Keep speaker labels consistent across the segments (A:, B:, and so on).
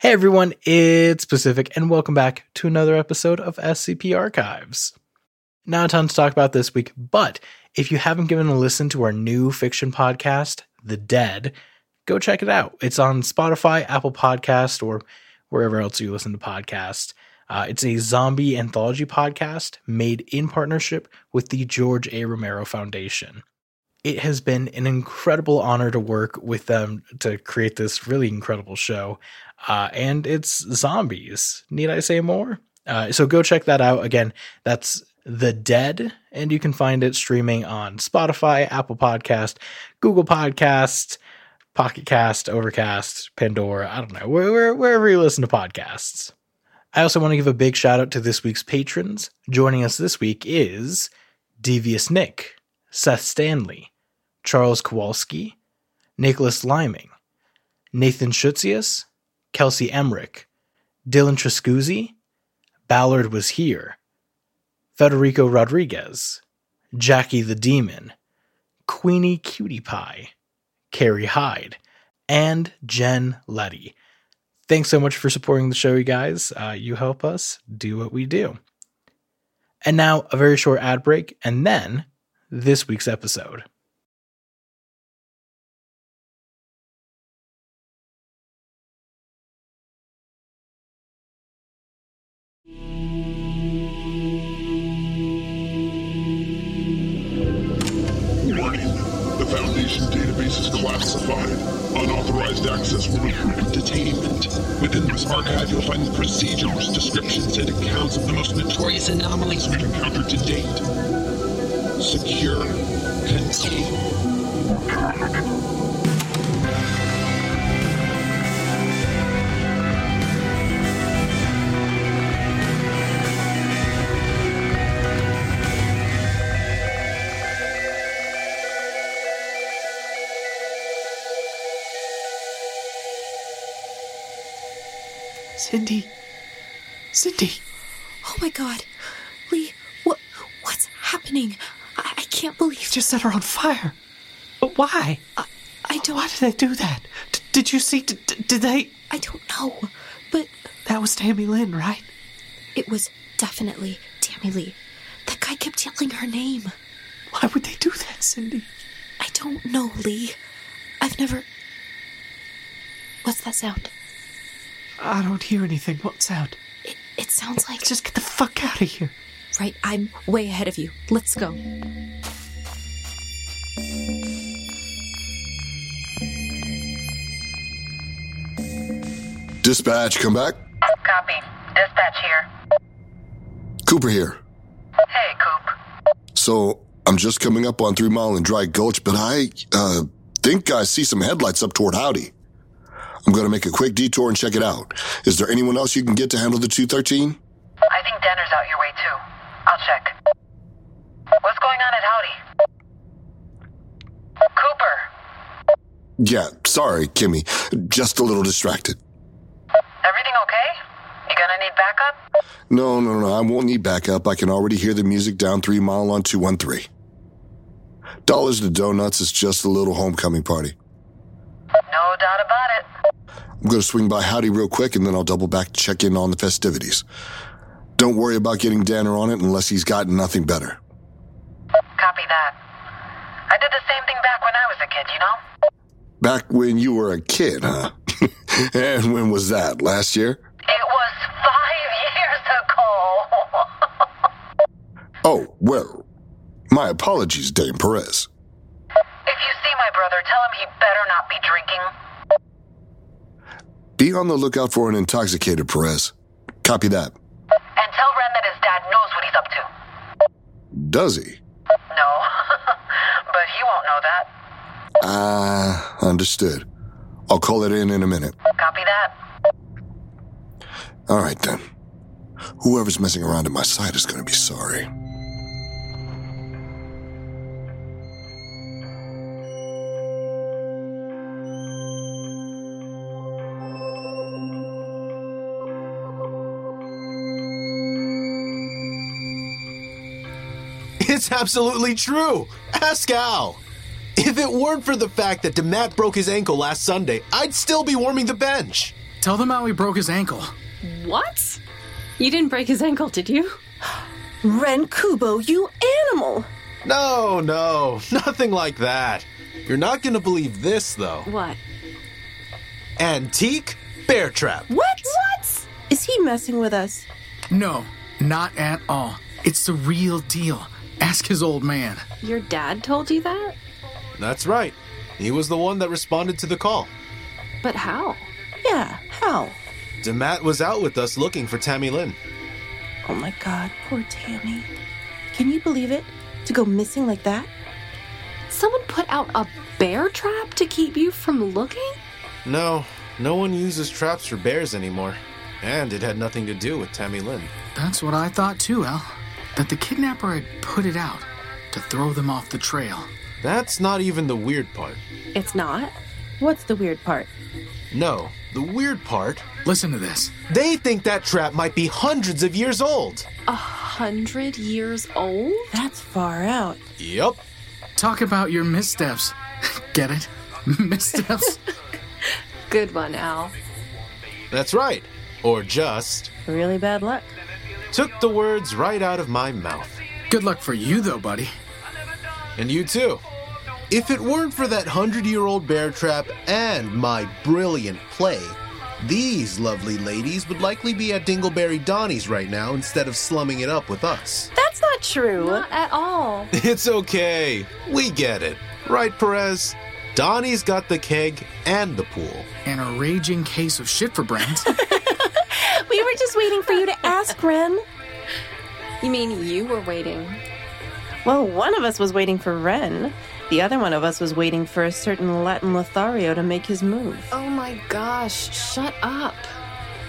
A: Hey everyone, it's Pacific, and welcome back to another episode of SCP Archives. Not a ton to talk about this week, but if you haven't given a listen to our new fiction podcast, The Dead, go check it out. It's on Spotify, Apple Podcast, or wherever else you listen to podcasts. Uh, it's a zombie anthology podcast made in partnership with the George A. Romero Foundation it has been an incredible honor to work with them to create this really incredible show. Uh, and it's zombies. Need I say more? Uh, so go check that out. Again, that's The Dead, and you can find it streaming on Spotify, Apple Podcast, Google Podcast, Pocket Cast, Overcast, Pandora. I don't know, where, where, wherever you listen to podcasts. I also want to give a big shout out to this week's patrons. Joining us this week is Devious Nick, Seth Stanley, Charles Kowalski, Nicholas Liming, Nathan Schutzius, Kelsey Emmerich, Dylan Trascuzzi, Ballard was here, Federico Rodriguez, Jackie the Demon, Queenie Cutie Pie, Carrie Hyde, and Jen Letty. Thanks so much for supporting the show, you guys. Uh, you help us do what we do. And now, a very short ad break, and then this week's episode.
B: Warning. The Foundation database is classified. Unauthorized access will recruit detainment. Within this archive, you'll find the procedures, descriptions, and accounts of the most notorious anomalies we've encountered to date. Secure. Contain.
C: Cindy. Cindy.
D: Oh my god. Lee, what what's happening? I, I can't
C: You
D: believe
C: just set her on fire. But why?
D: I don't
C: Why did they do that? D- did you see? D- d- did they?
D: I don't know. But
C: That was Tammy Lynn, right?
D: it was definitely Tammy Lee. That guy kept yelling her name.
C: Why would they do that, Cindy?
D: I don't know, Lee. I've never What's that sound?
C: I don't hear anything. What sound?
D: It it sounds like
C: Just get the fuck out of here.
D: right, I'm way ahead of you. Let's go.
E: Dispatch, come back.
F: Copy. Dispatch here.
E: Cooper here.
F: Hey, Coop.
E: So, I'm just coming up on Three Mile and Dry Gulch, but I uh, think I see some headlights up toward Howdy. I'm going to make a quick detour and check it out. Is there anyone else you can get to handle the 213?
F: I think Denner's out your way, too. I'll check. What's going on at Howdy? Cooper.
E: Yeah, sorry, Kimmy. Just a little distracted.
F: Everything okay? You gonna need backup?
E: No, no, no, I won't need backup. I can already hear the music down Three Mile on 213. Dollars to Donuts is just a little homecoming party.
F: No doubt about it.
E: I'm going to swing by Howdy real quick and then I'll double back to check in on the festivities. Don't worry about getting Danner on it unless he's got nothing better.
F: Copy that. I did the same thing back when I was a kid, you know?
E: Back when you were a kid, huh? and when was that? Last year?
F: It was five years ago.
E: Oh, well, my apologies, Dame Perez.
F: if you see my brother, tell him he better not be drinking.
E: Be on the lookout for an intoxicated Perez. Copy that.
F: And tell Ren that his dad knows what he's up to.
E: Does he?
F: No. but he won't know that.
E: Ah, understood. I'll call it in in a minute.
F: Copy that.
E: All right, then. Whoever's messing around at my side is going to be sorry.
G: It's absolutely true. Ask Al. If it weren't for the fact that DeMat broke his ankle last Sunday, I'd still be warming the bench.
H: Tell them how he broke his ankle.
I: What? You didn't break his ankle, did you?
J: Ren Kubo, you animal!
G: No, no, nothing like that. You're not gonna believe this, though.
I: What?
G: Antique bear trap.
J: What? What? Is he messing with us?
H: No, not at all. It's the real deal. Ask his old man.
I: Your dad told you that?
G: That's right. He was the one that responded to the call.
I: But how?
J: Yeah, how?
G: Demat was out with us looking for Tammy Lynn.
J: Oh my god, poor Tammy. Can you believe it? To go missing like that?
I: Someone put out a bear trap to keep you from looking?
G: No, no one uses traps for bears anymore. And it had nothing to do with Tammy Lynn.
H: That's what I thought too, Al. That the kidnapper had put it out to throw them off the trail.
G: That's not even the weird part.
I: It's not.
J: What's the weird part?
G: No, the weird part,
H: Listen to this.
G: they think that trap might be hundreds of years old.
I: A hundred years old?
J: That's far out.
G: Yep.
H: Talk about your missteps. Get it? missteps?
I: Good one, Al.
G: That's right. Or just
J: Really bad luck.
G: took the words right out of my mouth.
H: Good luck for you, though, buddy.
G: And you too. If it weren't for that hundred year old bear trap and my brilliant play, these lovely ladies would likely be at Dingleberry Donnie's right now instead of slumming it up with us.
J: That's not true.
I: Not at all.
G: It's okay. We get it. Right, Perez? Donnie's got the keg and the pool.
H: And a raging case of shit for brains.
J: We were just waiting for you to ask, Ren.
I: You mean you were waiting?
J: Well, one of us was waiting for Ren. The other one of us was waiting for a certain Latin Lothario to make his move.
I: Oh my gosh, shut up.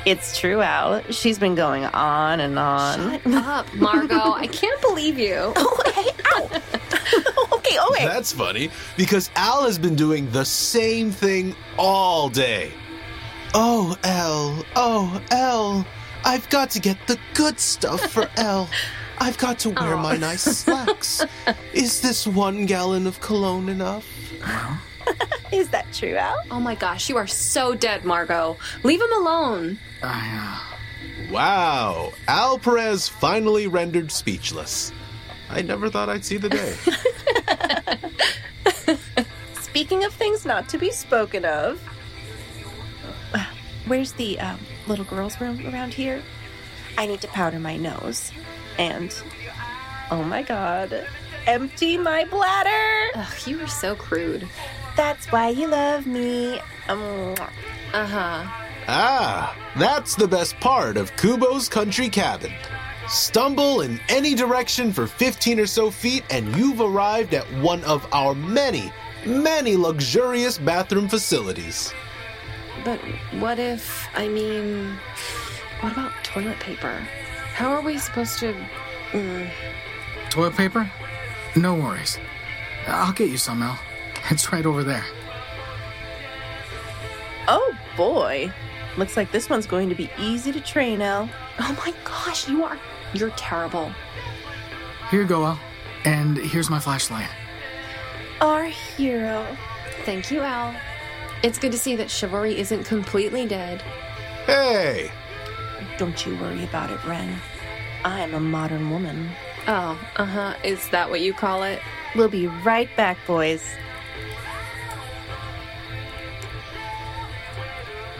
J: It's true, Al. She's been going on and on.
I: Shut up, Margot. I can't believe you.
J: Okay, ow! okay, okay.
G: That's funny because Al has been doing the same thing all day. Oh, Al. Oh, Al. I've got to get the good stuff for Al. I've got to wear my nice slacks. Is this one gallon of cologne enough?
J: Is that true, Al?
I: Oh my gosh, you are so dead, Margot. Leave him alone.
H: I,
G: Wow. Al Perez finally rendered speechless. I never thought I'd see the day.
J: Speaking of things not to be spoken of, uh, where's the um, little girl's room around here? I need to powder my nose. And, oh my god, empty my bladder!
I: Ugh, you are so crude.
J: That's why you love me. Um,
I: Uh huh.
G: Ah, that's the best part of Kubo's Country Cabin. Stumble in any direction for 15 or so feet, and you've arrived at one of our many, many luxurious bathroom facilities.
I: But what if, I mean, what about toilet paper? How are we supposed to. Mm,
H: uh, toilet paper? No worries. I'll get you some, Al. It's right over there.
J: oh boy. Looks like this one's going to be easy to train, Al.
I: oh my gosh, you are. You're terrible.
H: Here you go, Al. And here's my flashlight.
J: Our hero.
I: Thank you, Al. It's good to see that chivalry isn't completely dead.
G: Hey,
J: Don't you worry about it, Ren. I'm a modern woman.
I: Oh, uh huh. Is that what you call it?
J: We'll be right back, boys.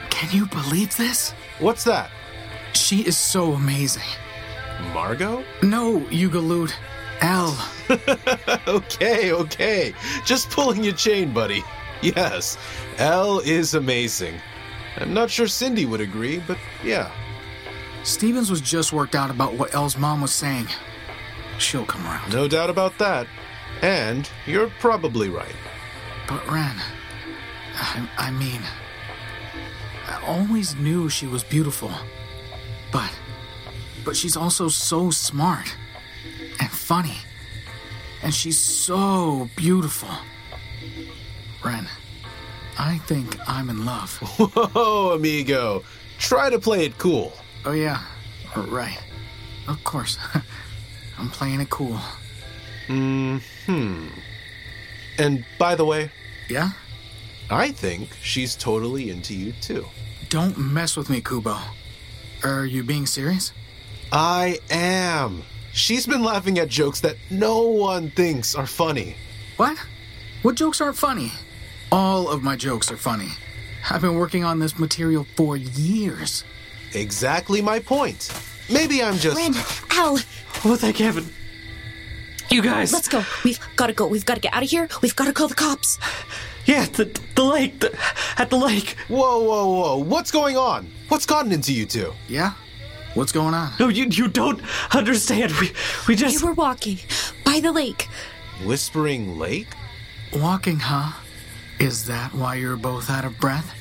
H: Can you believe this?
G: what's that?
H: She is so amazing.
G: Margot?
H: No, you galoot. Al,
G: okay, okay. Just pulling your chain, buddy. Yes, Elle is amazing. I'm not sure Cindy would agree, but yeah.
H: Stevens was just worked out about what Elle's mom was saying. She'll come around.
G: No doubt about that. And you're probably right.
H: But Ren, I, I mean, I always knew she was beautiful, but but she's also so smart and funny, and she's so beautiful. Ren, I think I'm in love.
G: Oh. Whoa, amigo. Try to play it cool.
H: Oh yeah, right. Of course, I'm playing it cool.
G: And by the way,
H: Yeah,
G: I think she's totally into you too.
H: Don't mess with me, Kubo. Are you being serious?
G: I am. She's been laughing at jokes that no one thinks are funny.
H: What? What jokes aren't funny? All of my jokes are funny. I've been working on this material for years.
G: Exactly my point. Maybe I'm just.
D: Ren, Al,
C: Oh, thank heaven. You guys.
D: let's go. We've gotta go. We've gotta get out of here. We've gotta call the cops.
C: Yeah, the, the lake. The, at the lake.
G: Whoa, whoa, whoa. What's going on? What's gotten into you two?
H: Yeah? What's going on?
C: No, you you don't understand. We we
D: We
C: just
D: were walking by the lake.
G: Whispering Lake?
H: Walking, huh? Is that why you're both out of breath?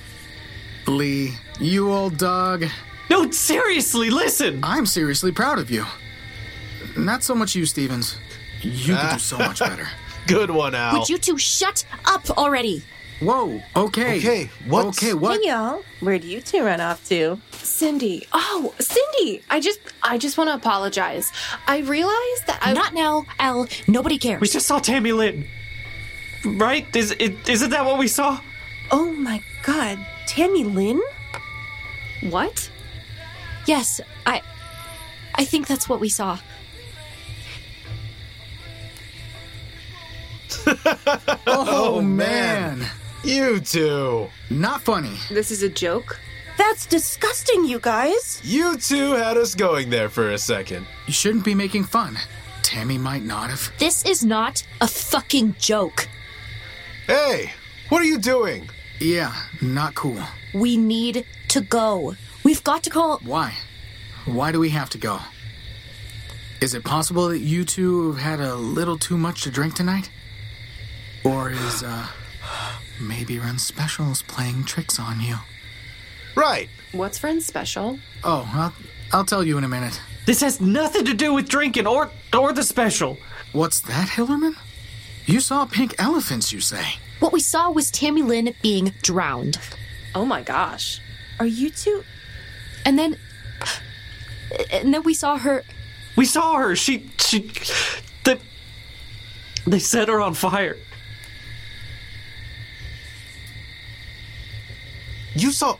H: Lee, you old dog,
C: no. Seriously, listen.
H: I'm seriously proud of you. Not so much you, Stevens. You could do so much better.
G: Good one, Al.
D: Would you two shut up already?
H: Whoa, okay.
G: Okay, what's-
H: Okay, what?
J: Hey, y'all. Where'd you two run off to?
I: Cindy. Oh, Cindy. I just I just want to apologize. I realized that I
D: Not now, Al. Nobody cares.
C: We just saw Tammy Lynn. Right? Is it, isn't that what we saw?
J: Oh my god. Tammy Lynn?
I: what?
D: Yes, I. I think that's what we saw.
H: Oh, man.
G: You two.
H: Not funny.
I: This is a joke.
J: That's disgusting, you guys.
G: You two had us going there for a second.
H: You shouldn't be making fun. Tammy might not have.
D: This is not a fucking joke.
G: Hey, what are you doing?
H: Yeah, not cool.
D: We need to go. We've got to call.
H: Why? Why do we have to go? Is it possible that you two have had a little too much to drink tonight? Or is, uh, maybe Ren Special's playing tricks on you?
G: Right.
I: What's friends special?
H: Oh, I'll, I'll tell you in a minute.
C: This has nothing to do with drinking or or the special.
H: What's that, Hillerman? You saw pink elephants, you say?
D: What we saw was Tammy Lynn being drowned.
I: Oh my gosh.
J: Are you two?
D: And then. And then we saw her.
C: We saw her. She she they they set her on fire.
G: You saw.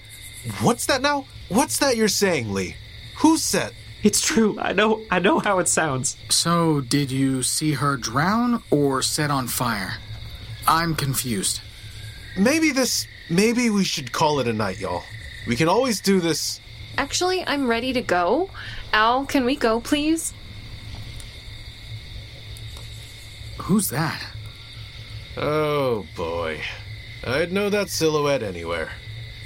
G: What's that now? What's that you're saying, Lee? Who said.
C: It's true. I know I know how it sounds.
H: So, did you see her drown or set on fire? I'm confused.
G: Maybe this. Maybe we should call it a night, y'all. We can always do this.
I: Actually, I'm ready to go. Al, can we go, please?
H: Who's that?
G: Oh boy. I'd know that silhouette anywhere.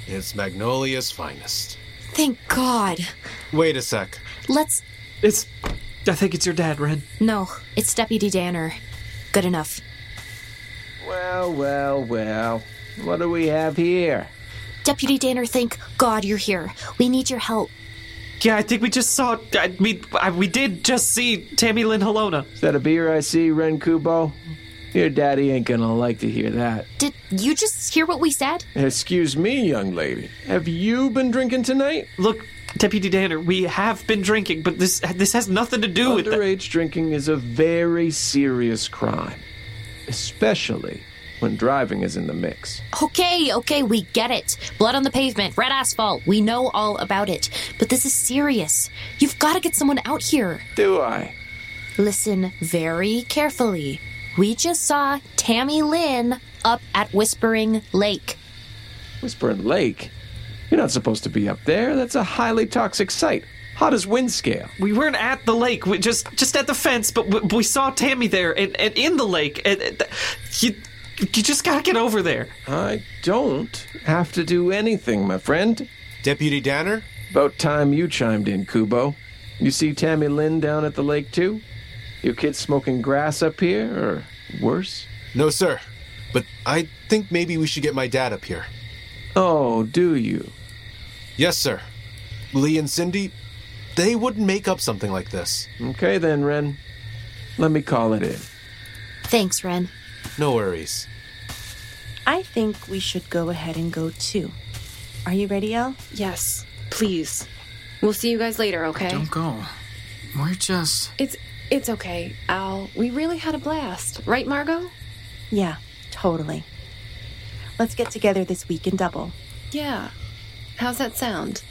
G: It's Magnolia's finest.
D: Thank God.
G: Wait a sec.
D: Let's.
C: It's I think it's your dad, Ren.
D: No, it's Deputy Danner. Good enough.
K: Well, well, well. What do we have here?
D: Deputy Danner, thank God you're here. We need your help.
C: Yeah, I think we just saw. I mean, I, we did just see Tammy Lynn Helona.
K: Is that a beer I see, Ren Kubo? Your daddy ain't gonna like to hear that.
D: Did you just hear what we said?
K: Excuse me, young lady. Have you been drinking tonight?
C: Look, Deputy Danner, we have been drinking, but this this has nothing to do with that.
K: Underage drinking is a very serious crime, especially when driving is in the mix.
D: Okay, okay, we get it. Blood on the pavement, red asphalt. We know all about it. But this is serious. You've got to get someone out here.
K: Do I?
D: Listen very carefully. We just saw Tammy Lynn up at Whispering Lake.
K: Whispering Lake? You're not supposed to be up there. That's a highly toxic site, hot as wind scale.
C: We weren't at the lake. We just just at the fence, but we, we saw Tammy there and, and in the lake. And, and th- you you just gotta get over there.
K: I don't have to do anything, my friend.
G: Deputy Danner?
K: About time you chimed in, Kubo. You see Tammy Lynn down at the lake, too? Your kids smoking grass up here, or worse?
G: No, sir. But I think maybe we should get my dad up here.
K: Oh, do you?
G: Yes, sir. Lee and Cindy, they wouldn't make up something like this.
K: Okay then, Ren. Let me call it in.
D: Thanks, Ren.
G: No worries.
J: I think we should go ahead and go too. Are you ready, Al?
I: Yes, please. We'll see you guys later, okay?
H: Don't go. We're just.
I: It's it's okay, Al. We really had a blast, right, Margot?
J: Yeah, totally. Let's get together this week and double.
I: Yeah. How's that sound?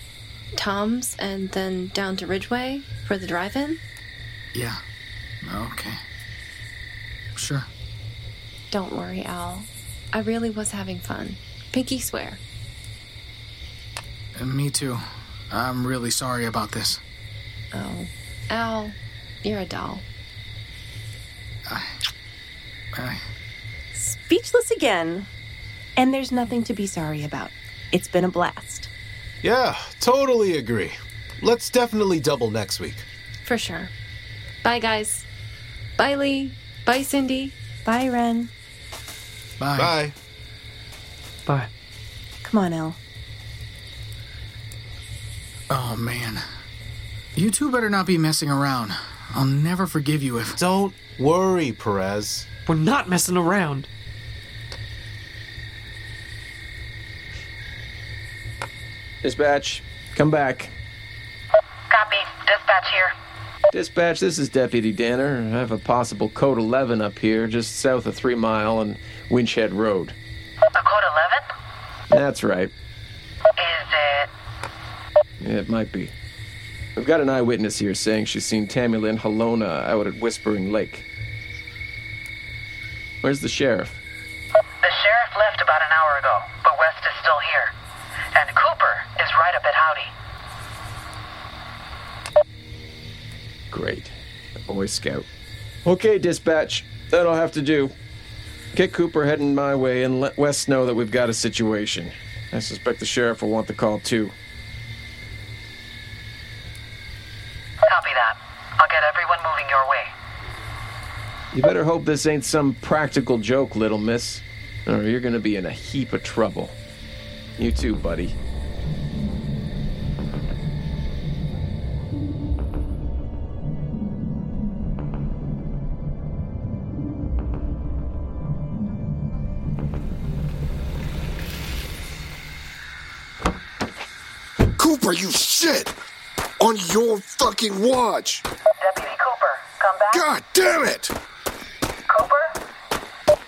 I: Tom's and then down to Ridgeway for the drive in?
H: Yeah. Okay. Sure.
I: Don't worry, Al. I really was having fun. Pinky swear.
H: And Uh, me too. I'm really sorry about this.
I: Oh. Al, you're a doll.
H: I,
J: Speechless again. And there's nothing to be sorry about. It's been a blast.
G: Yeah, totally agree. Let's definitely double next week.
I: For sure. Bye, guys. Bye, Lee. Bye, Cindy.
J: Bye, Ren.
H: Bye.
G: Bye.
A: Bye.
J: Come on, El.
H: Oh, man. You two better not be messing around. I'll never forgive you if.
G: Don't worry, Perez.
C: We're not messing around.
K: Dispatch, come back.
F: Copy. Dispatch here.
K: Dispatch, this is Deputy Danner. I have a possible Code 11 up here, just south of Three Mile and Winchhead Road.
F: A code 11?
K: That's right.
F: Is it
K: It might be. We've got an eyewitness here saying she's seen Tammy Lynn Halona out at Whispering Lake. Where's the sheriff?
F: The sheriff left about an hour ago, but West is still here. And Cooper is right up at Howdy.
K: Great. The Boy Scout. Okay, dispatch. That'll have to do. Get Cooper heading my way and let West know that we've got a situation. I suspect the sheriff will want the call too.
F: Copy that. I'll get everyone moving your way.
K: You better hope this ain't some practical joke, little miss, or you're gonna be in a heap of trouble. You too, buddy.
E: Cooper, you shit! On your fucking watch!
F: Deputy Cooper, come back.
E: God damn it!
F: Cooper?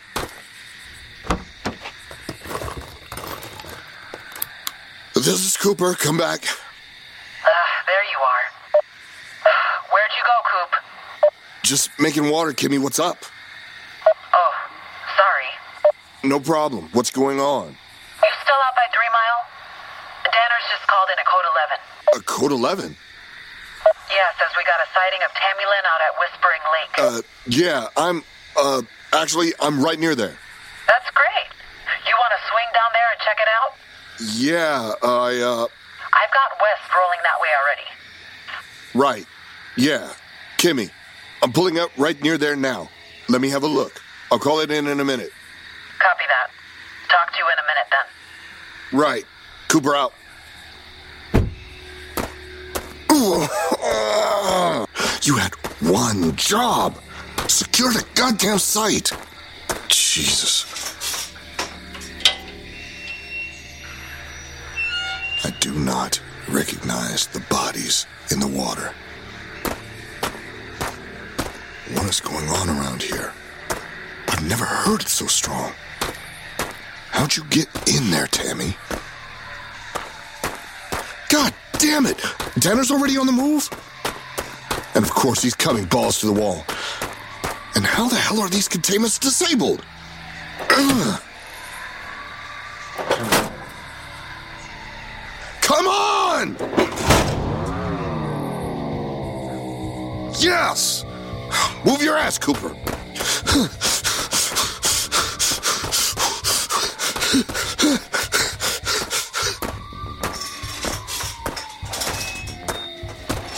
E: This is Cooper, come back.
F: Ah, there you are. Where'd you go, Coop?
E: Just making water, Kimmy, what's up?
F: Oh, sorry.
E: No problem, what's going on?
F: You still out by Three Mile? Danner's just called in a code 11.
E: A Uh, code 11?
F: Yeah, says we got a sighting of Tammy Lynn out at Whispering Lake.
E: Uh, yeah, I'm, uh, actually, I'm right near there.
F: That's great. You want to swing down there and check it out?
E: Yeah, I, uh,
F: I've got West rolling that way already.
E: right. Yeah. Kimmy, I'm pulling up right near there now. Let me have a look. I'll call it in in a minute.
F: Copy that. Talk to you in a minute then.
E: Right. Cooper out. Ooh. You had one job. Secure the goddamn site. Jesus. I do not recognize the bodies in the water. What is going on around here? I've never heard it so strong. How'd you get in there, Tammy? God damn it! Danner's already on the move? And of course, he's coming balls to the wall. And how the hell are these containments disabled? Ugh. Come on! Yes! Move your ass, Cooper!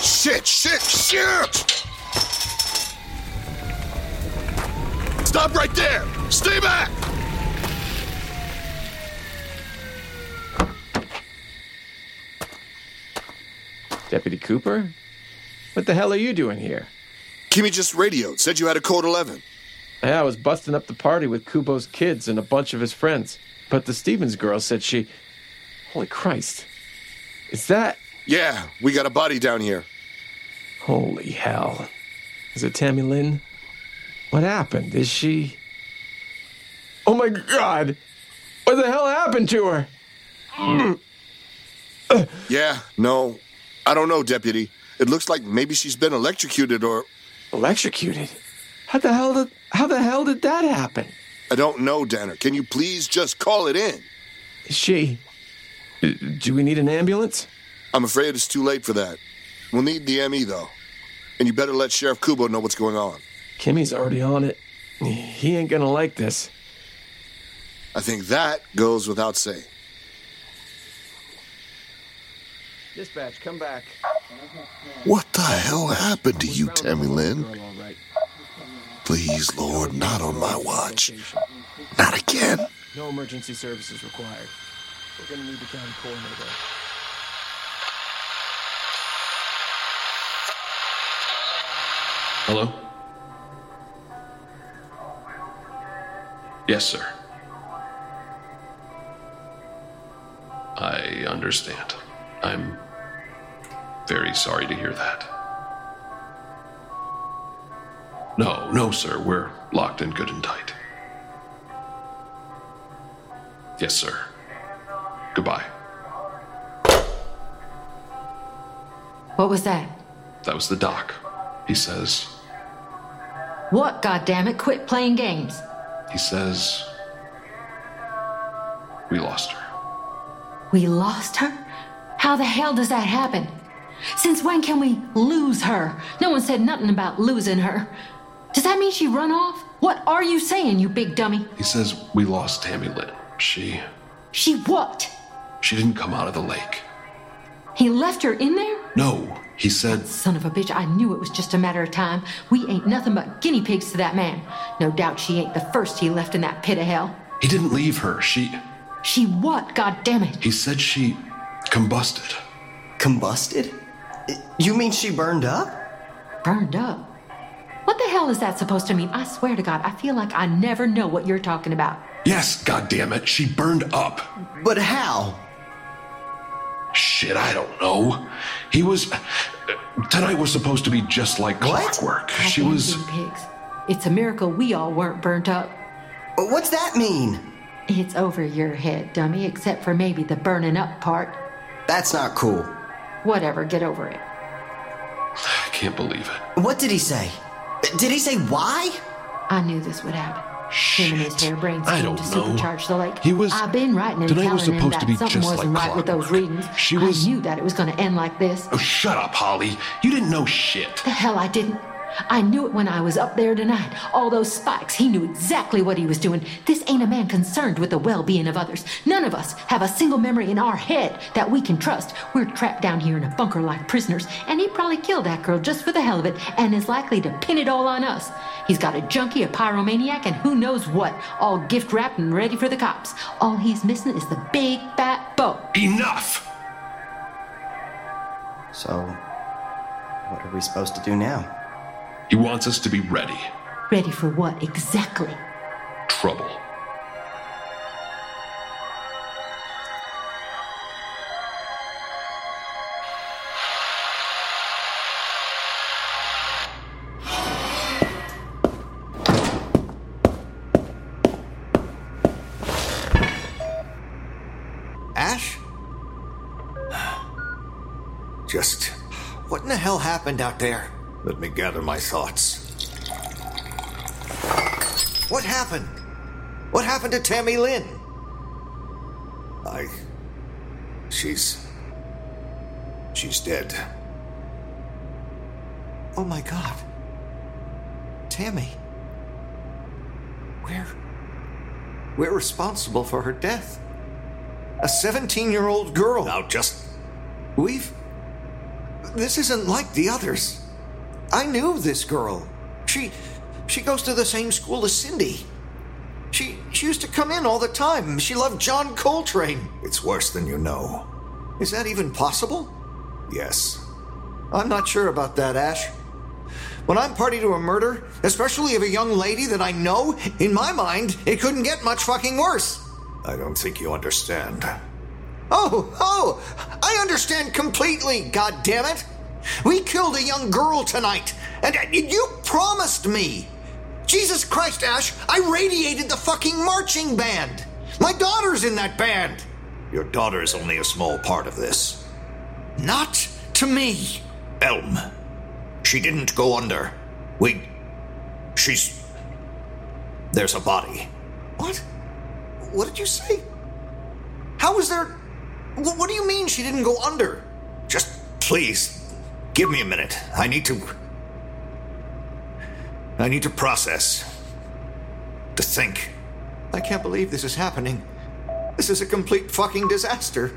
E: Shit, shit, shit! Stop right there! Stay back!
K: Deputy Cooper? What the hell are you doing here?
E: Kimmy just radioed, said you had a code 11.
K: Yeah, I was busting up the party with Kubo's kids and a bunch of his friends. But the Stevens girl said she. Holy Christ. Is that.
E: Yeah, we got a body down here.
K: Holy hell. Is it Tammy Lynn? What happened? Is she. Oh my god! What the hell happened to her?
E: yeah, no. I don't know, Deputy. It looks like maybe she's been electrocuted or.
K: Electrocuted? How the hell did, how the hell did that happen?
E: I don't know, Danner. Can you please just call it in?
K: Is she. Do we need an ambulance?
E: I'm afraid it's too late for that. We'll need the ME, though. And you better let Sheriff Kubo know what's going on.
K: Kimmy's already on it. He ain't gonna like this.
E: I think that goes without saying.
K: Dispatch, come back.
E: What the hell happened to you, Tammy Lynn? Please, Lord, not on my watch. Not again.
K: No emergency services required. We're gonna need the county coroner though.
L: Hello? Yes, sir. I understand. I'm very sorry to hear that. No, no, sir. We're locked in good and tight. Yes, sir. Goodbye.
M: What was that?
L: That was the doc. He says,
M: What, goddammit? Quit playing games.
L: he says, we lost her.
M: We lost her? How the hell does that happen? Since when can we lose her? No one said nothing about losing her. Does that mean she run off? What are you saying, you big dummy?
L: He says, we lost Tammy Lynn. She,
M: She what?
L: she didn't come out of the lake.
M: He left her in there?
L: No, he said,
M: Son of a bitch, I knew it was just a matter of time. We ain't nothing but guinea pigs to that man. No doubt she ain't the first he left in that pit of hell.
L: he didn't leave her. She,
M: She what, goddammit?
L: he said she combusted.
N: Combusted? You mean she burned up?
M: Burned up? What the hell is that supposed to mean? I swear to God, I feel like I never know what you're talking about.
L: Yes, goddammit, she burned up.
N: But how?
L: Shit, I don't know. He was. Tonight was supposed to be just like clockwork. She
M: Goddamn
L: was.
M: guinea pigs. It's a miracle we all weren't burnt up.
N: What's that mean?
M: It's over your head, dummy, except for maybe the burning up part.
N: That's not cool.
M: Whatever, get over it.
L: I can't believe it.
N: What did he say? Did he say why?
M: I knew this would happen. Him and his harebrained
N: I
M: scheme
N: don't
M: to
N: know.
M: supercharge the lake.
N: He was-
M: I've been writing and
L: Tonight
M: telling
L: was
M: him
L: supposed
M: that
L: to be
M: something
L: just
M: wasn't
L: like
M: right with those readings. She was... I knew that it was going to end like this.
L: Oh, shut up, Holly. You didn't know shit.
M: The hell I didn't. I knew it when I was up there tonight. All those spikes, he knew exactly what he was doing. This ain't a man concerned with the well being of others. None of us have a single memory in our head that we can trust. We're trapped down here in a bunker like prisoners, and he probably killed that girl just for the hell of it and is likely to pin it all on us. He's got a junkie, a pyromaniac, and who knows what, all gift wrapped and ready for the cops. All he's missing is the big fat boat.
L: Enough!
N: So, what are we supposed to do now?
L: He wants us to be ready.
M: Ready for what exactly?
L: Trouble.
N: Ash?
O: Just
N: What in the hell happened out there?
O: let me gather my thoughts.
N: What happened? What happened to Tammy Lynn?
O: I. She's. She's dead.
N: Oh my god. Tammy. We're. We're responsible for her death. A 17 year old girl.
O: Now just.
N: We've. This isn't like the others. I knew this girl. She. She goes to the same school as Cindy. She. She used to come in all the time. She loved John Coltrane.
O: It's worse than you know.
N: Is that even possible?
O: Yes.
N: I'm not sure about that, Ash. When I'm party to a murder, especially of a young lady that I know, in my mind, it couldn't get much fucking worse.
O: I don't think you understand.
N: Oh, oh, I understand completely, God damn it! We killed a young girl tonight, and uh, you promised me! Jesus Christ, Ash, I radiated the fucking marching band! My daughter's in that band!
O: Your daughter is only a small part of this.
N: Not to me!
O: Elm, she didn't go under. We. She's. There's a body.
N: What? What did you say? How is there. Wh- What do you mean she didn't go under?
O: Just please, give me a minute. I need to. I need to process. To think.
N: I can't believe this is happening. This is a complete fucking disaster.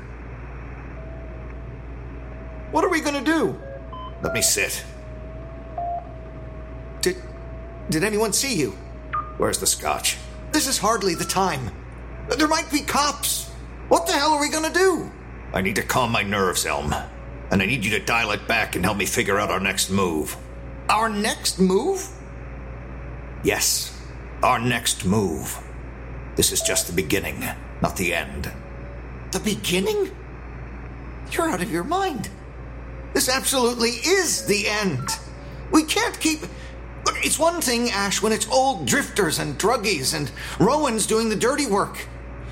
N: What are we gonna do?
O: Let me sit.
N: Did. Did anyone see you?
O: Where's the scotch?
N: This is hardly the time. There might be cops. What the hell are we gonna do?
O: I need to calm my nerves, Elm. And I need you to dial it back and help me figure out our next move.
N: Our next move?
O: Yes, our next move. This is just the beginning, not the end.
N: The beginning? You're out of your mind. This absolutely is the end. We can't keep. Look, It's one thing, Ash, when it's old drifters and druggies and Rowan's doing the dirty work.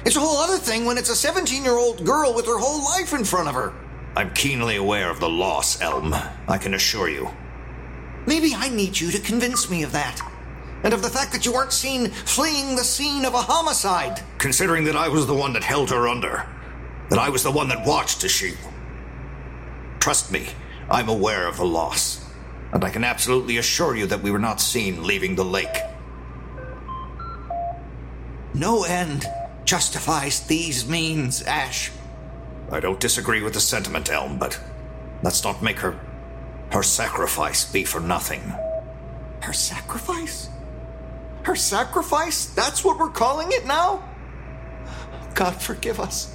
N: It's a whole other thing when it's a 17 year old girl with her whole life in front of her.
O: I'm keenly aware of the loss, Elm. I can assure you.
N: Maybe I need you to convince me of that. And of the fact that you weren't seen fleeing the scene of a homicide.
O: Considering that I was the one that held her under, that I was the one that watched as she. Trust me, I'm aware of the loss. And I can absolutely assure you that we were not seen leaving the lake.
N: No end justifies these means, Ash.
O: I don't disagree with the sentiment, Elm, but let's not make her. her sacrifice be for nothing.
N: Her sacrifice? Her sacrifice? That's what we're calling it now? God forgive us.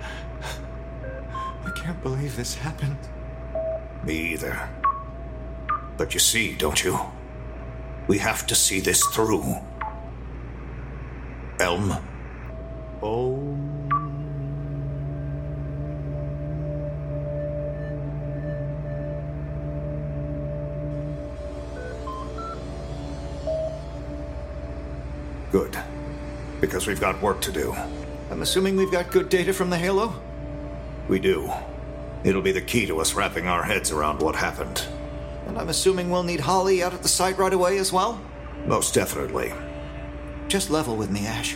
N: I can't believe this happened.
O: Me either. But you see, don't you? We have to see this through. Elm?
N: Oh.
O: Good. Because we've got work to do.
N: I'm assuming we've got good data from the Halo?
O: We do. It'll be the key to us wrapping our heads around what happened.
N: And I'm assuming we'll need Holly out at the site right away as well?
O: Most definitely.
N: Just level with me, Ash.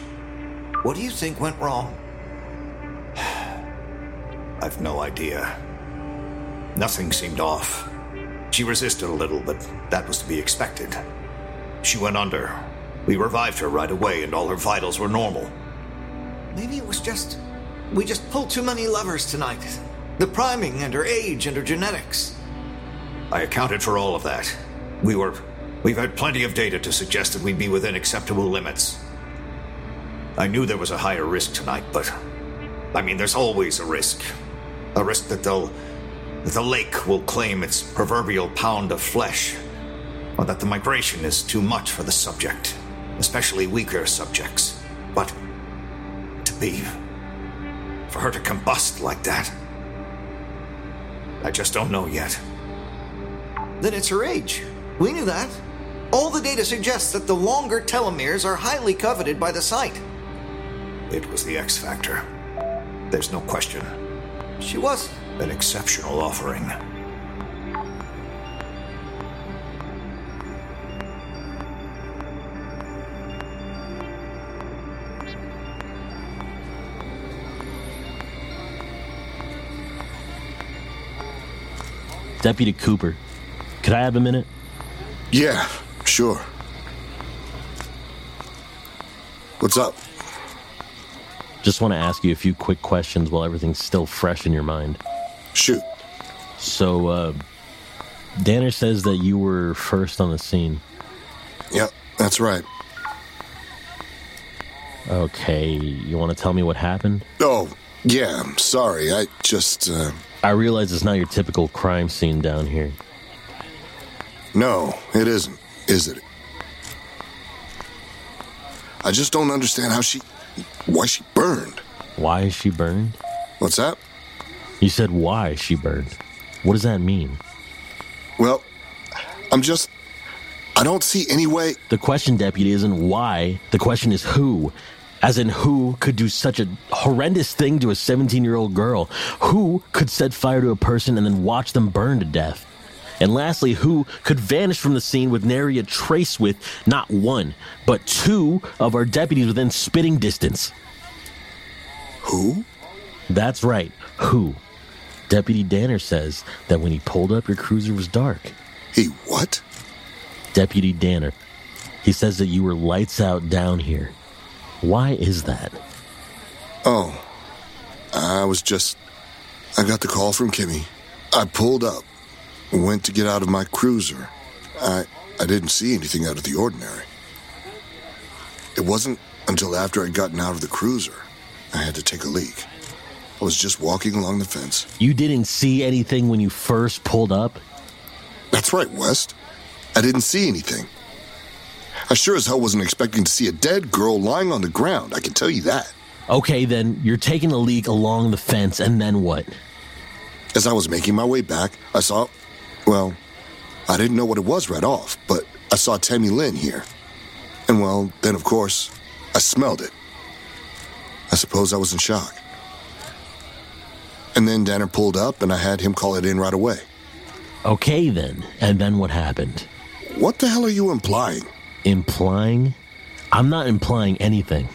N: What do you think went wrong?
O: I've no idea. Nothing seemed off. She resisted a little, but that was to be expected. She went under. We revived her right away, and all her vitals were normal.
N: Maybe it was just. We just pulled too many levers tonight. The priming and her age and her genetics.
O: I accounted for all of that. We were. We've had plenty of data to suggest that we'd be within acceptable limits. I knew there was a higher risk tonight, but. I mean, there's always a risk. A risk that they'll. that the lake will claim its proverbial pound of flesh. Or that the migration is too much for the subject, especially weaker subjects. But. to be. for her to combust like that. I just don't know yet.
N: Then it's her age. We knew that. All the data suggests that the longer telomeres are highly coveted by the site.
O: It was the X Factor. There's no question.
N: She was.
O: An exceptional offering.
P: Deputy Cooper, could I have a minute?
E: Yeah, sure. What's up?
P: Just want to ask you a few quick questions while everything's still fresh in your mind.
E: Shoot.
P: So, uh, Danner says that you were first on the scene.
E: Yep, that's right.
P: Okay, you want to tell me what happened?
E: Oh, yeah, I'm sorry. I just, uh,
P: I realize it's not your typical crime scene down here.
E: no, it isn't, is it? I just don't understand how she, why she burned.
P: Why is she burned?
E: What's that?
P: You said why she burned. What does that mean?
E: Well, I'm just, I don't see any way.
P: The question, deputy, isn't why. The question is who. As in, who could do such a horrendous thing to a 17 year old girl? Who could set fire to a person and then watch them burn to death? And lastly, who could vanish from the scene with nary a trace with not one, but two of our deputies within spitting distance?
E: Who?
P: That's right, who? Deputy Danner says that when he pulled up, your cruiser was dark.
E: He what?
P: Deputy Danner. He says that you were lights out down here. Why is that?
E: Oh, I was just. I got the call from Kimmy. I pulled up, went to get out of my cruiser. I, I didn't see anything out of the ordinary. It wasn't until after I'd gotten out of the cruiser I had to take a leak. I was just walking along the fence.
P: You didn't see anything when you first pulled up?
E: That's right, West. I didn't see anything. I sure as hell wasn't expecting to see a dead girl lying on the ground, I can tell you that.
P: Okay, then you're taking a leak along the fence, and then what?
E: As I was making my way back, I saw. Well, I didn't know what it was right off, but I saw Tammy Lynn here. And well, then of course, I smelled it. I suppose I was in shock. And then Danner pulled up, and I had him call it in right away.
P: Okay, then. And then what happened?
E: What the hell are you implying?
P: Implying? I'm not implying anything.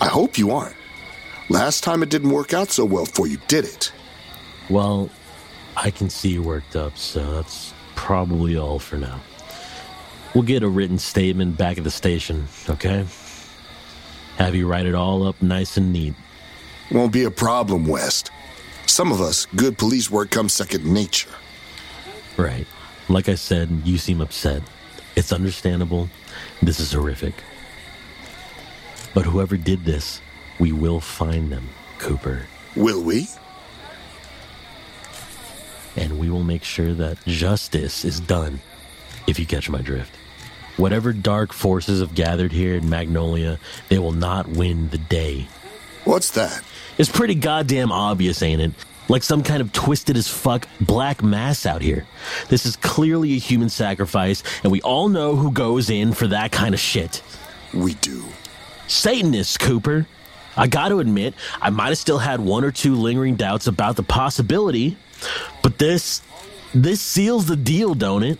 E: I hope you aren't. Last time it didn't work out so well for you, did it?
P: Well, I can see you worked up, so that's probably all for now. We'll get a written statement back at the station, okay? Have you write it all up nice and neat.
E: Won't be a problem, West. Some of us, good police work comes second nature.
P: Right. Like I said, you seem upset. It's understandable. This is horrific. But whoever did this, we will find them, Cooper.
E: Will we?
P: And we will make sure that justice is done, if you catch my drift. Whatever dark forces have gathered here in Magnolia, they will not win the day.
E: What's that?
P: It's pretty goddamn obvious, ain't it? like some kind of twisted as fuck black mass out here. This is clearly a human sacrifice, and we all know who goes in for that kind of shit.
E: We do.
P: Satanists, Cooper. I gotta admit, I might have still had one or two lingering doubts about the possibility, but this. this seals the deal, don't it?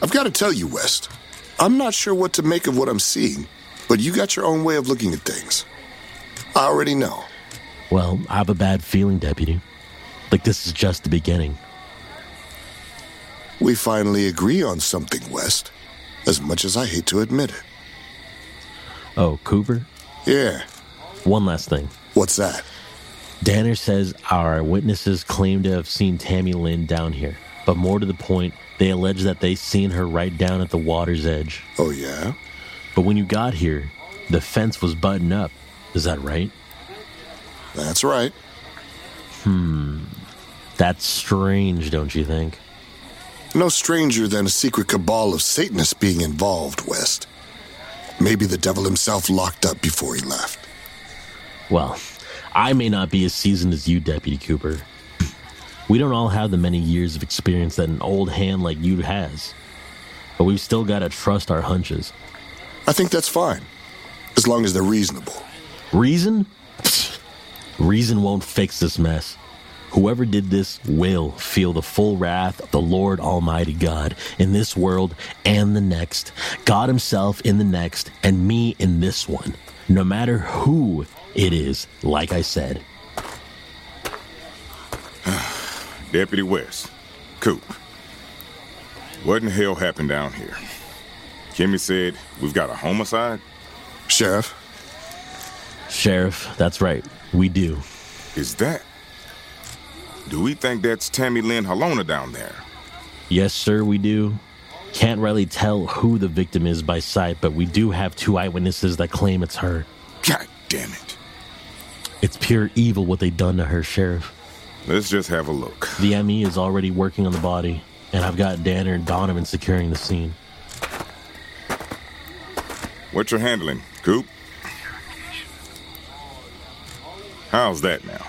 E: I've gotta tell you, West, I'm not sure what to make of what I'm seeing, but you got your own way of looking at things. I already know.
P: Well, I have a bad feeling, Deputy. Like this is just the beginning.
E: We finally agree on something, West, as much as I hate to admit it.
P: Oh, Cooper?
E: Yeah.
P: One last thing.
E: What's that?
P: Danner says our witnesses claim to have seen Tammy Lynn down here, but more to the point, they allege that they seen her right down at the water's edge.
E: Oh, yeah?
P: But when you got here, the fence was buttoned up. Is that right?
E: That's right.
P: Hmm. That's strange, don't you think?
E: No stranger than a secret cabal of Satanists being involved, West. Maybe the devil himself locked up before he left.
P: Well, I may not be as seasoned as you, Deputy Cooper. We don't all have the many years of experience that an old hand like you has. But we've still got to trust our hunches.
E: I think that's fine, as long as they're reasonable.
P: Reason? Reason won't fix this mess. Whoever did this will feel the full wrath of the Lord Almighty God in this world and the next, God Himself in the next, and me in this one, no matter who it is, like I said.
Q: Deputy West, Coop, what in hell happened down here? Kimmy said we've got a homicide?
E: Sheriff?
P: Sheriff, that's right. We do.
Q: Is that? Do we think that's Tammy Lynn Halona down there?
P: Yes, sir, we do. Can't really tell who the victim is by sight, but we do have two eyewitnesses that claim it's her.
Q: God damn it.
P: It's pure evil what they done to her, Sheriff.
Q: Let's just have a look.
P: The ME is already working on the body, and I've got Danner and Donovan securing the scene.
Q: What you're handling, Coop? How's that now?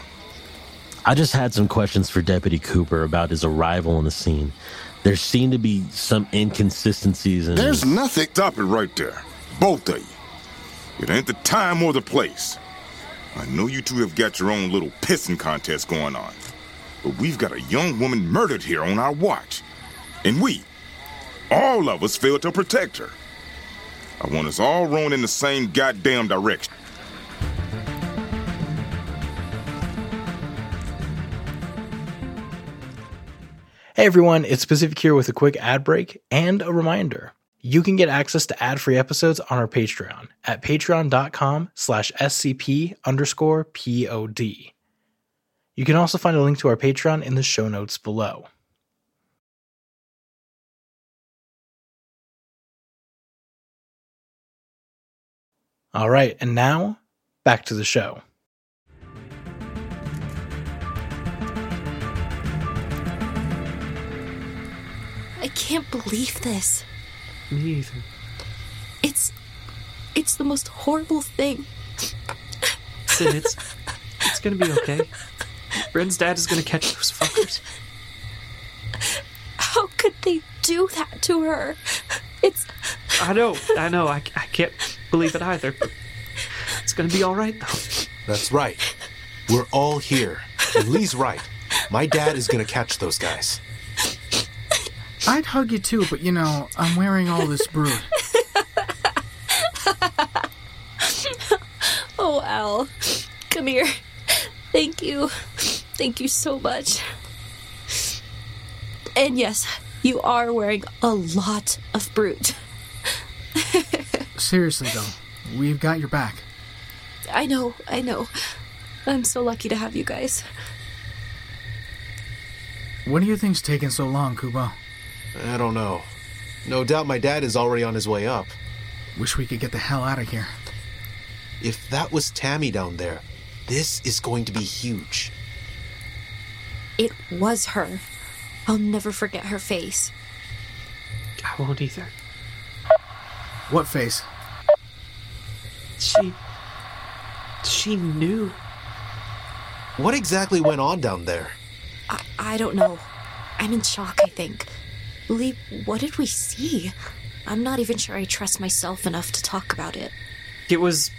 P: I just had some questions for Deputy Cooper about his arrival on the scene. There seem to be some inconsistencies in
Q: There's nothing. Stop it right there. Both of you. It ain't the time or the place. I know you two have got your own little pissing contest going on, but we've got a young woman murdered here on our watch. And we, all of us, failed to protect her. I want us all rowing in the same goddamn direction.
A: Hey everyone, it's Pacific here with a quick ad break and a reminder. You can get access to ad-free episodes on our Patreon at patreon.com slash scp underscore pod. You can also find a link to our Patreon in the show notes below. All right, and now back to the show.
D: I can't believe this.
C: Me either.
D: It's. It's the most horrible thing.
C: Sid, it's it's gonna be okay. Ren's dad is gonna catch those fuckers.
D: How could they do that to her? It's.
C: I know, I know. I, I can't believe it either. But it's gonna be all right though.
G: That's right. We're all here. And Lee's right. My dad is going to catch those guys.
H: I'd hug you too, but you know, I'm wearing all this brood.
D: Oh, Al. Come here. Thank you. Thank you so much. And yes, you are wearing a lot of brute.
H: Seriously, though, we've got your back.
D: I know, I know. I'm so lucky to have you guys.
H: What do you think's taking so long, Kubo?
G: I don't know. No doubt my dad is already on his way up.
H: Wish we could get the hell out of here.
G: If that was Tammy down there, this is going to be huge.
D: It was her. I'll never forget her face.
C: I won't either.
H: What face?
C: She she knew.
G: What exactly went on down there?
D: I don't know. I'm in shock, I think. Lee, what did we see? I'm not even sure I trust myself enough to talk about it.
C: It was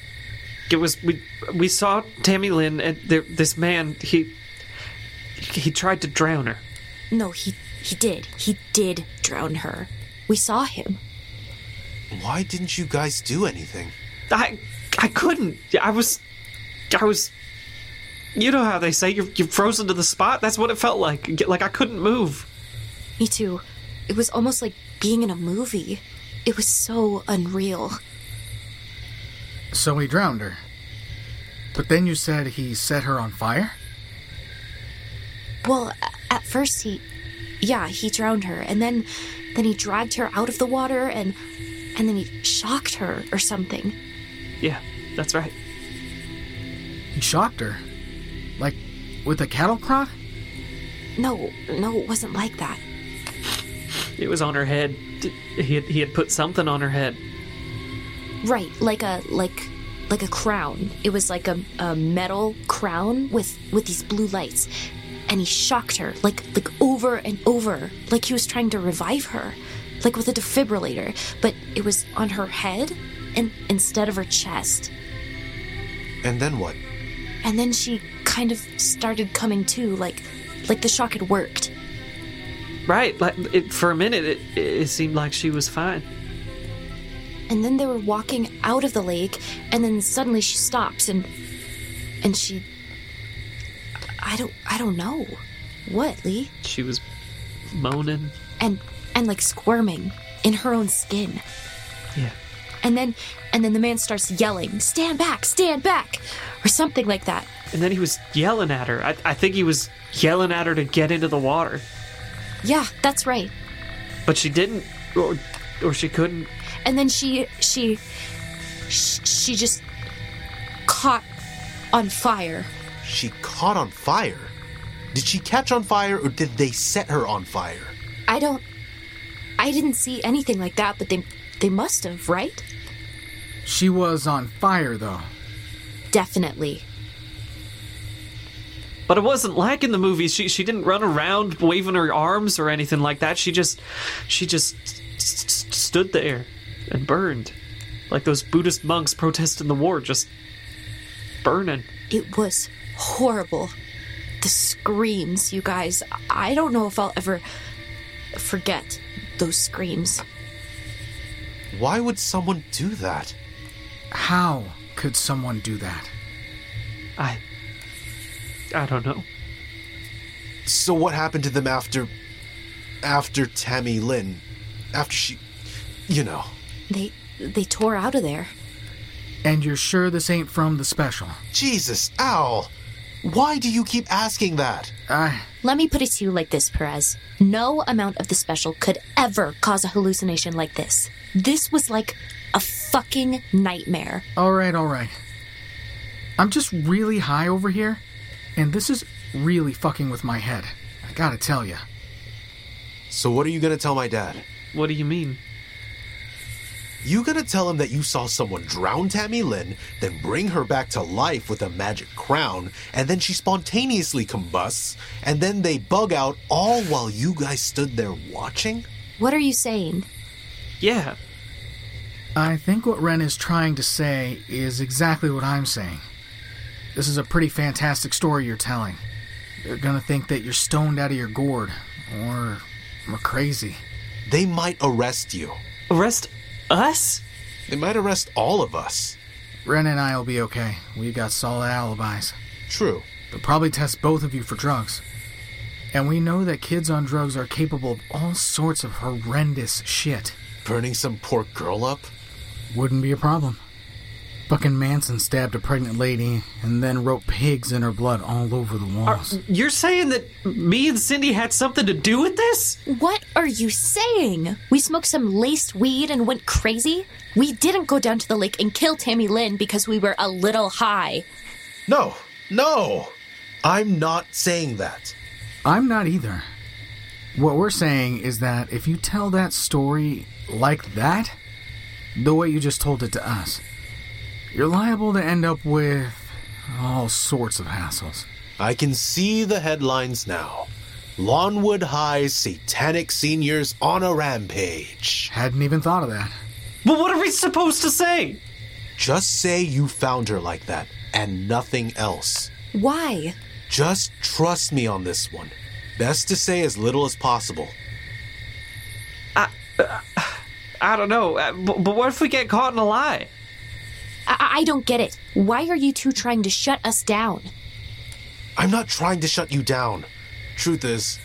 C: it was we we saw Tammy Lynn and there, this man he he tried to drown her.
D: No, he he did. He did drown her. We saw him.
G: Why didn't you guys do anything?
C: I I couldn't. I was I was you know how they say you're, you're frozen to the spot? That's what it felt like. Like I couldn't move.
D: Me too. It was almost like being in a movie. It was so unreal.
H: So he drowned her. But then you said he set her on fire?
D: Well, a- at first he yeah, he drowned her and then then he dragged her out of the water and and then he shocked her or something.
C: Yeah, that's right.
H: He shocked her. Like, with a cattle prod?
D: No, no, it wasn't like that.
C: It was on her head. He had, he had put something on her head.
D: Right, like a like like a crown. It was like a, a metal crown with with these blue lights. And he shocked her like like over and over, like he was trying to revive her, like with a defibrillator, but it was on her head and instead of her chest.
G: And then what?
D: And then she kind of started coming to, like like the shock had worked.
C: Right, like it, for a minute it, it seemed like she was fine.
D: and then they were walking out of the lake and then suddenly she stops and and she i don't i don't know what lee
C: She was moaning.
D: and and like squirming in her own skin
C: Yeah.
D: and then and then the man starts yelling stand back stand back or something like that
C: And then he was yelling at her. I, I think he was yelling at her to get into the water.
D: yeah that's right
C: But she didn't, or, or she couldn't.
D: and then she she sh- she just caught on fire
G: She caught on fire. Did she catch on fire or did they set her on fire?
D: I don't. I didn't see anything like that, but they they must have, right?
H: She was on fire, though.
D: Definitely.
C: But it wasn't like in the movies. She she didn't run around waving her arms or anything like that. She just she just st- st- stood there and burned, like those Buddhist monks protesting the war. Just burning.
D: It was horrible. The screams, you guys. I don't know if I'll ever forget those screams.
G: Why would someone do that?
H: How could someone do that?
C: I. I don't know.
G: So what happened to them after after Tammy Lynn? After she you know.
D: They they tore out of there.
H: And you're sure this ain't from the special?
G: Jesus, owl. Oh, Why do you keep asking that?
D: Let me put it to you like this, Perez. No amount of the special could ever cause a hallucination like this. This was like a fucking nightmare.
H: All right, all right. I'm just really high over here, and this is really fucking with my head. I gotta tell you.
G: So what are you going to tell my dad?
C: What do you mean?
G: You going to tell him that you saw someone drown Tammy Lynn, then bring her back to life with a magic crown, and then she spontaneously combusts, and then they bug out all while you guys stood there watching?
D: What are you saying?
C: Yeah.
H: I think what Ren is trying to say is exactly what I'm saying. This is a pretty fantastic story you're telling. They're gonna think that you're stoned out of your gourd, or, or crazy.
G: They might arrest you.
C: Arrest us?
G: They might arrest all of us.
H: Ren and I will be okay. We've got solid alibis.
G: True.
H: They'll probably test both of you for drugs. And we know that kids on drugs are capable of all sorts of horrendous shit.
G: Burning some poor girl up?
H: Wouldn't be a problem. Fucking Manson stabbed a pregnant lady and then wrote pigs in her blood all over the walls.
C: You're saying that me and Cindy had something to do with this?
D: What are you saying? We smoked some laced weed and went crazy? We didn't go down to the lake and kill Tammy Lynn because we were a little high.
G: No, no! I'm not saying that.
H: I'm not either. What we're saying is that if you tell that story like that, the way you just told it to us, you're liable to end up with all sorts of hassles.
G: I can see the headlines now. Lawnwood High's satanic seniors on a rampage.
H: Hadn't even thought of that.
C: Well, what are we supposed to say?
G: Just say you found her like that and nothing else.
D: Why?
G: Just trust me on this one. Best to say as little as possible.
C: I, uh, I don't know. Uh, But, but what if we get caught in a lie?
D: I-, I don't get it. Why are you two trying to shut us down?
G: I'm not trying to shut you down. Truth is,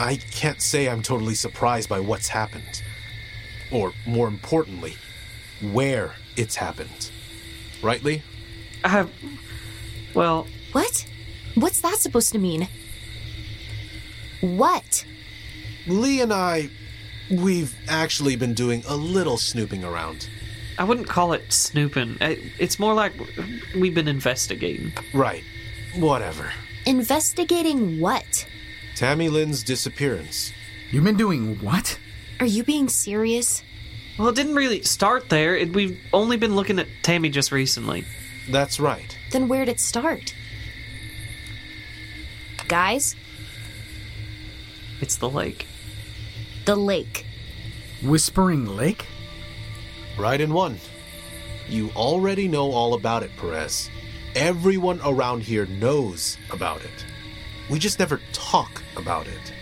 G: I can't say I'm totally surprised by what's happened. Or, more importantly, where it's happened. Rightly?
C: I. Well.
D: What? What's that supposed to mean? What?
G: Lee and I, we've actually been doing a little snooping around.
C: I wouldn't call it snooping. I- It's more like we've been investigating.
G: Right. Whatever.
D: Investigating what?
G: Tammy Lynn's disappearance.
H: You've been doing what?
D: Are you being serious?
C: Well, it didn't really start there. It, we've only been looking at Tammy just recently.
G: That's right.
D: Then where'd it start? Guys,
C: It's the lake.
D: the lake.
H: Whispering Lake?
G: Right in one. You already know all about it, Perez. Everyone around here knows about it. We just never talk about it.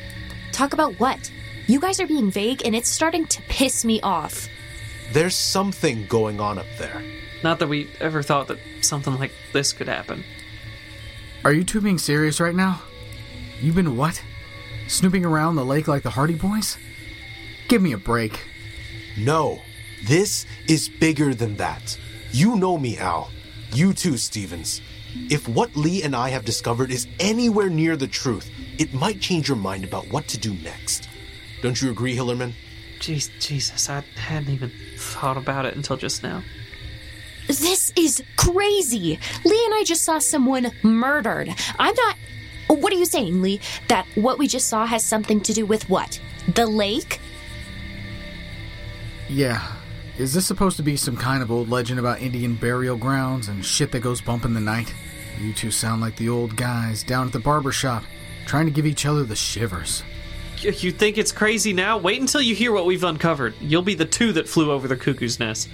D: Talk about what? You guys are being vague and it's starting to piss me off.
G: There's something going on up there.
C: Not that we ever thought that something like this could happen.
H: Are you two being serious right now? You've been what? Snooping around the lake like the Hardy Boys? Give me a break.
G: No, this is bigger than that. You know me, Al. You too, Stevens. If what Lee and I have discovered is anywhere near the truth, it might change your mind about what to do next. Don't you agree, Hillerman?
C: Jeez, Jesus, I hadn't even thought about it until just now.
D: This is crazy. Lee and I just saw someone murdered. I'm not. What are you saying, Lee? That what we just saw has something to do with what? The lake?
H: Yeah. Is this supposed to be some kind of old legend about Indian burial grounds and shit that goes bump in the night? You two sound like the old guys down at the barber shop, trying to give each other the shivers.
C: Y- You think it's crazy now? Wait until you hear what we've uncovered. You'll be the two that flew over the cuckoo's nest.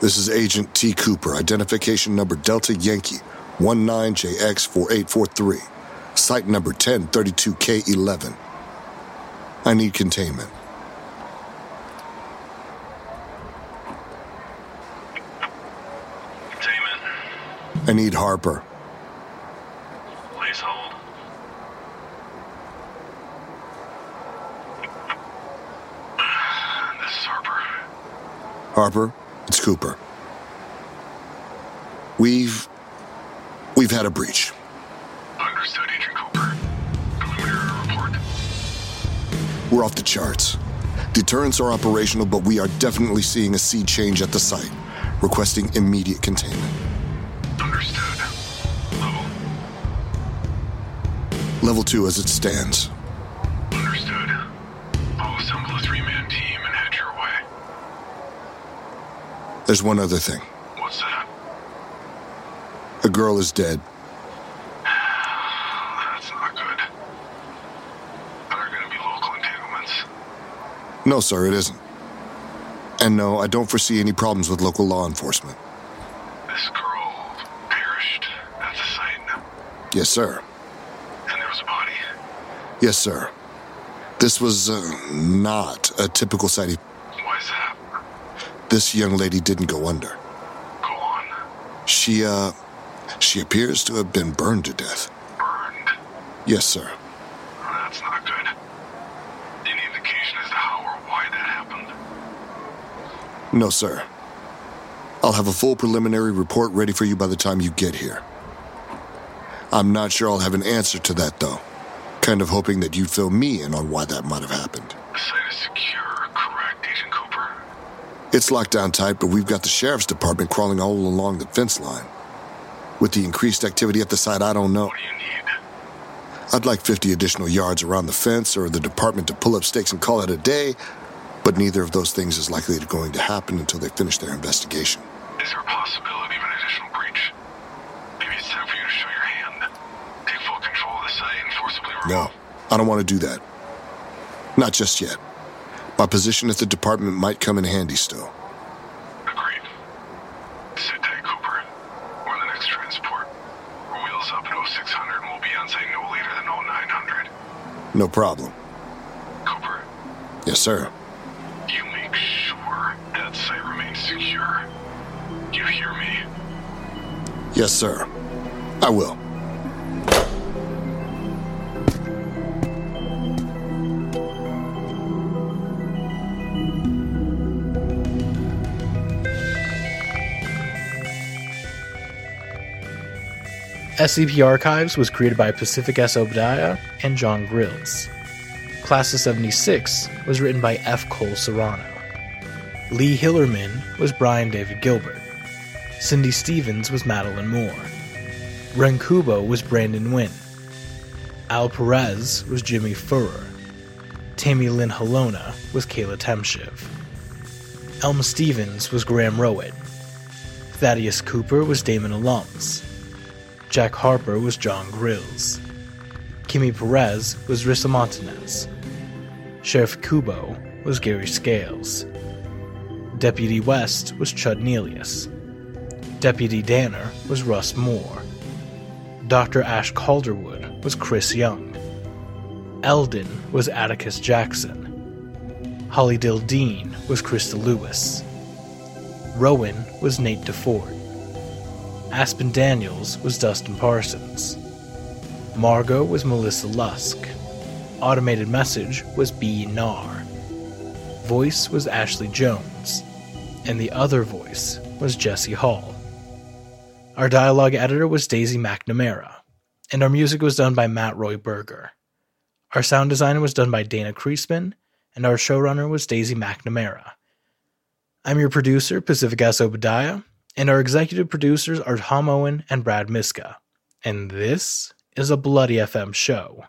E: This is Agent T. Cooper, identification number Delta Yankee 19JX4843, site number 1032K11. I need containment. I need Harper.
B: Please hold. This is Harper.
E: Harper, it's Cooper. We've we've had a breach.
B: Understood, Agent Cooper. Preliminary report.
E: We're off the charts. Deterrents are operational, but we are definitely seeing a sea change at the site, requesting immediate containment.
B: Understood. Level.
E: Level 2 as it stands.
B: Understood. I'll assemble a three-man team and head your way.
E: There's one other thing.
B: What's that?
E: A girl is dead.
B: That's not good. There are going to be local entanglements.
E: No, sir, it isn't. And no, I don't foresee any problems with local law enforcement.
B: This girl perished at the site,
E: Yes, sir.
B: and there was a body.
E: Yes, sir. This was uh, not a typical sighting.
B: Why is that?
E: This young lady didn't go under. Go on. She, uh, she appears to have been burned to death. Burned? Yes, sir.
B: That's not good. Any indication as to how or why that happened?
E: No, sir. I'll have a full preliminary report ready for you by the time you get here. I'm not sure I'll have an answer to that, though. Kind of hoping that you'd fill me in on why that might have happened.
B: The site is secure, correct, Agent Cooper?
E: It's locked down tight, but we've got the sheriff's department crawling all along the fence line. With the increased activity at the site, I don't know. What do you need? I'd like 50 additional yards around the fence or the department to pull up stakes and call it a day, but neither of those things is likely to going to happen until they finish their investigation.
B: Is there a possibility of an additional breach? Maybe it's time for you to show your hand. Take full control of the site and forcibly
E: No, I don't want to do that. Not just yet. My position at the department might come in handy still.
B: sit tight, Cooper. We're on the next transport. We're wheels up at 0600 and we'll be on site no later than 0900.
E: No problem. Yes, sir.
B: You make sure that site remains secure. You hear me?
E: Yes, sir. I will.
A: SCP E Archives was created by Pacific S. Obadiah and John Grills. Class of 76 was written by F. Cole Serrano. Lee Hillerman was Brian David Gilbert. Cindy Stevens was Madeline Moore. Ren Kubo was Brandon Wynn. Al Perez was Jimmy Furrer. Tammy Lynn Halona was Kayla Temshiv. Elma Stevens was Graham Rowett. Thaddeus Cooper was Damon Alums. Jack Harper was John Grills. Kimmy Perez was Rissa Montanez. Sheriff Kubo was Gary Scales. Deputy West was Chud Nelius. Deputy Danner was Russ Moore. Dr. Ash Calderwood was Chris Young. Eldon was Atticus Jackson. Holly Dean was Krista Lewis. Rowan was Nate DeFord. Aspen Daniels was Dustin Parsons. Margot was Melissa Lusk. Automated message was B. Nar. Voice was Ashley Jones. And the other voice was Jesse Hall. Our dialogue editor was Daisy McNamara. And our music was done by Matt Roy Berger. Our sound designer was done by Dana Kreisman. And our showrunner was Daisy McNamara. I'm your producer, Pacific S. Obadiah and our executive producers are Tom Owen and Brad Miska. And this is a Bloody FM show.